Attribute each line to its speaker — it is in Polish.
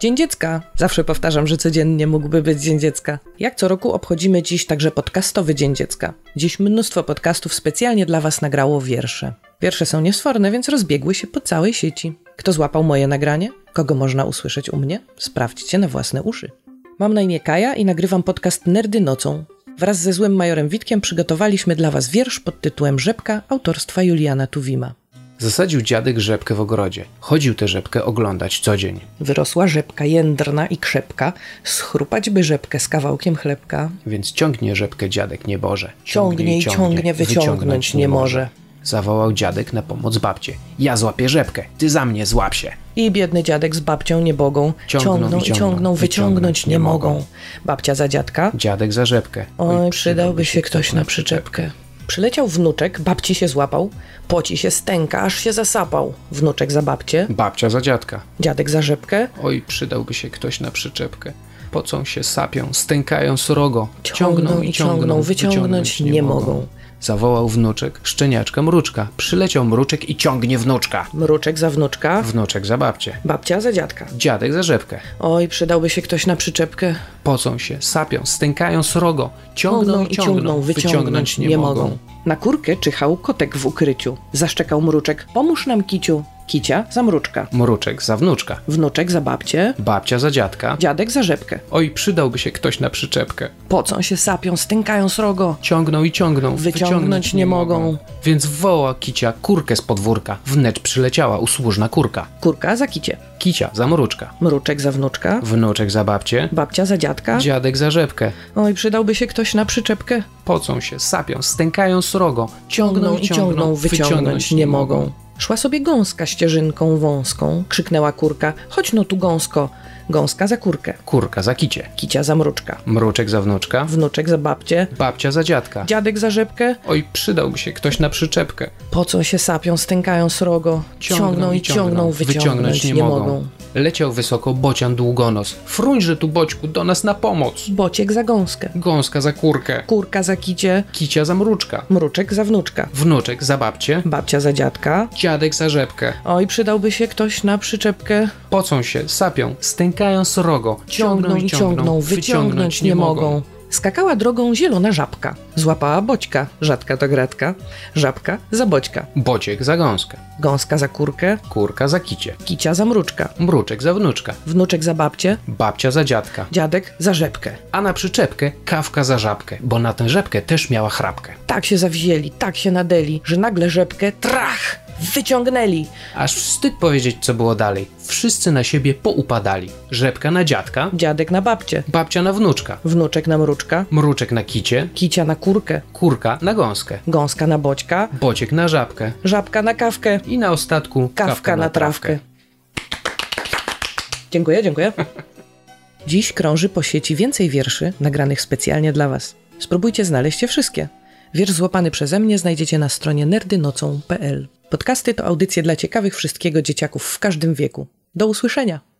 Speaker 1: Dzień Dziecka. Zawsze powtarzam, że codziennie mógłby być Dzień Dziecka. Jak co roku obchodzimy dziś także podcastowy Dzień Dziecka. Dziś mnóstwo podcastów specjalnie dla Was nagrało wiersze. Wiersze są niesforne, więc rozbiegły się po całej sieci. Kto złapał moje nagranie? Kogo można usłyszeć u mnie? Sprawdźcie na własne uszy. Mam na imię Kaja i nagrywam podcast Nerdy Nocą. Wraz ze złym majorem Witkiem przygotowaliśmy dla Was wiersz pod tytułem Rzepka autorstwa Juliana Tuwima.
Speaker 2: Zasadził dziadek rzepkę w ogrodzie. Chodził tę rzepkę oglądać co dzień.
Speaker 1: Wyrosła rzepka jędrna i krzepka, schrupać by rzepkę z kawałkiem chlebka.
Speaker 2: Więc ciągnie rzepkę dziadek nieboże.
Speaker 1: Ciągnie i ciągnie, wyciągnąć nie może.
Speaker 2: Zawołał dziadek na pomoc babcie. Ja złapię rzepkę, ty za mnie złap się.
Speaker 1: I biedny dziadek z babcią niebogą
Speaker 2: Ciągną
Speaker 1: ciągną
Speaker 2: i
Speaker 1: i
Speaker 2: ciągną,
Speaker 1: ciągną, wyciągnąć nie mogą. Babcia za dziadka,
Speaker 2: Dziadek za rzepkę.
Speaker 1: Oj, przydałby się ktoś na przyczepkę. Przyleciał wnuczek, babci się złapał, poci się stęka, aż się zasapał. Wnuczek za babcie,
Speaker 2: Babcia za dziadka.
Speaker 1: dziadek za rzepkę,
Speaker 2: Oj, przydałby się ktoś na przyczepkę. Pocą się, sapią, stękają srogo.
Speaker 1: ciągną i ciągną, wyciągnąć nie mogą.
Speaker 2: Zawołał wnuczek, szczeniaczka, mruczka. Przyleciał mruczek i ciągnie wnuczka.
Speaker 1: Mruczek za wnuczka,
Speaker 2: Wnuczek za babcię.
Speaker 1: babcia za dziadka.
Speaker 2: Dziadek za rzepkę.
Speaker 1: Oj, przydałby się ktoś na przyczepkę.
Speaker 2: Pocą się, sapią, stękają srogo. Ciągną i ciągną, wyciągnąć nie mogą.
Speaker 1: Na kurkę czyhał kotek w ukryciu. Zaszczekał mruczek, pomóż nam kiciu. Kicia za mruczka,
Speaker 2: Mruczek za wnuczka.
Speaker 1: wnuczek za babcie,
Speaker 2: Babcia za dziadka.
Speaker 1: dziadek za rzepkę.
Speaker 2: Oj, przydałby się ktoś na przyczepkę.
Speaker 1: Pocą się, sapią, stękają srogo.
Speaker 2: Ciągną i ciągną,
Speaker 1: Wyciągnąć nie mogą.
Speaker 2: Więc woła kicia kurkę z podwórka. Wnet przyleciała usłużna kurka.
Speaker 1: Kurka za kicie,
Speaker 2: Kicia za mruczka.
Speaker 1: mruczek za wnuczka,
Speaker 2: Wnuczek za babcię.
Speaker 1: babcia za dziadka.
Speaker 2: Dziadek za rzepkę.
Speaker 1: Oj, przydałby się ktoś na przyczepkę.
Speaker 2: Pocą się, sapią, stękają srogo. Ciągną i ciągną,
Speaker 1: wyciągnąć nie mogą. Szła sobie gąska ścieżynką wąską, krzyknęła kurka, chodź no tu gąsko. Gąska za kurkę,
Speaker 2: Kurka za kicie.
Speaker 1: kicia za mruczka,
Speaker 2: Mruczek za wnuczka.
Speaker 1: wnuczek za babcie,
Speaker 2: Babcia za dziadka.
Speaker 1: dziadek za rzepkę.
Speaker 2: Oj, przydałby się ktoś na przyczepkę.
Speaker 1: Pocą się, sapią, stękają srogo, ciągną, i ciągną, wyciągnąć, nie, mogą.
Speaker 2: Leciał wysoko bocian długonos. Fruńże tu boćku, do nas na pomoc.
Speaker 1: Bociek za gąskę,
Speaker 2: Gąska za kurkę,
Speaker 1: kurka za kicie,
Speaker 2: kicia za mruczka,
Speaker 1: mruczek za wnuczka,
Speaker 2: wnuczek za babcię,
Speaker 1: babcia za dziadka.
Speaker 2: dziadek za rzepkę.
Speaker 1: Oj, przydałby się ktoś na przyczepkę.
Speaker 2: Pocą się, sapią, stękają srogo.
Speaker 1: ciągną i ciągną, wyciągnąć nie mogą. Skakała drogą zielona żabka, złapała boćka, rzadka to gratka, żabka za boćka,
Speaker 2: Bociek za gąskę,
Speaker 1: gąska za kurkę,
Speaker 2: kurka za kicie,
Speaker 1: kicia za mruczka,
Speaker 2: mruczek za wnuczka,
Speaker 1: wnuczek za babcie,
Speaker 2: babcia za dziadka.
Speaker 1: dziadek za rzepkę.
Speaker 2: A na przyczepkę kawka za żabkę, bo na tę rzepkę też miała chrapkę.
Speaker 1: Tak się zawzięli, tak się nadeli, że nagle rzepkę trach wyciągnęli.
Speaker 2: Aż wstyd powiedzieć, co było dalej. Wszyscy na siebie poupadali. Rzepka na dziadka,
Speaker 1: Dziadek na babcie,
Speaker 2: babcia na wnuczka,
Speaker 1: wnuczek na mruczka,
Speaker 2: mruczek na kicie,
Speaker 1: kicia na kurkę,
Speaker 2: kurka na gąskę,
Speaker 1: gąska na boćka,
Speaker 2: bociek na żabkę
Speaker 1: żabka na kawkę,
Speaker 2: i na ostatku
Speaker 1: Kawka na trawkę. Dziękuję, dziękuję. Dziś krąży po sieci więcej wierszy nagranych specjalnie dla Was. Spróbujcie znaleźć je wszystkie. Wiersz złapany przeze mnie znajdziecie na stronie nerdynocą.pl. Podcasty to audycje dla ciekawych wszystkiego dzieciaków w każdym wieku. Do usłyszenia!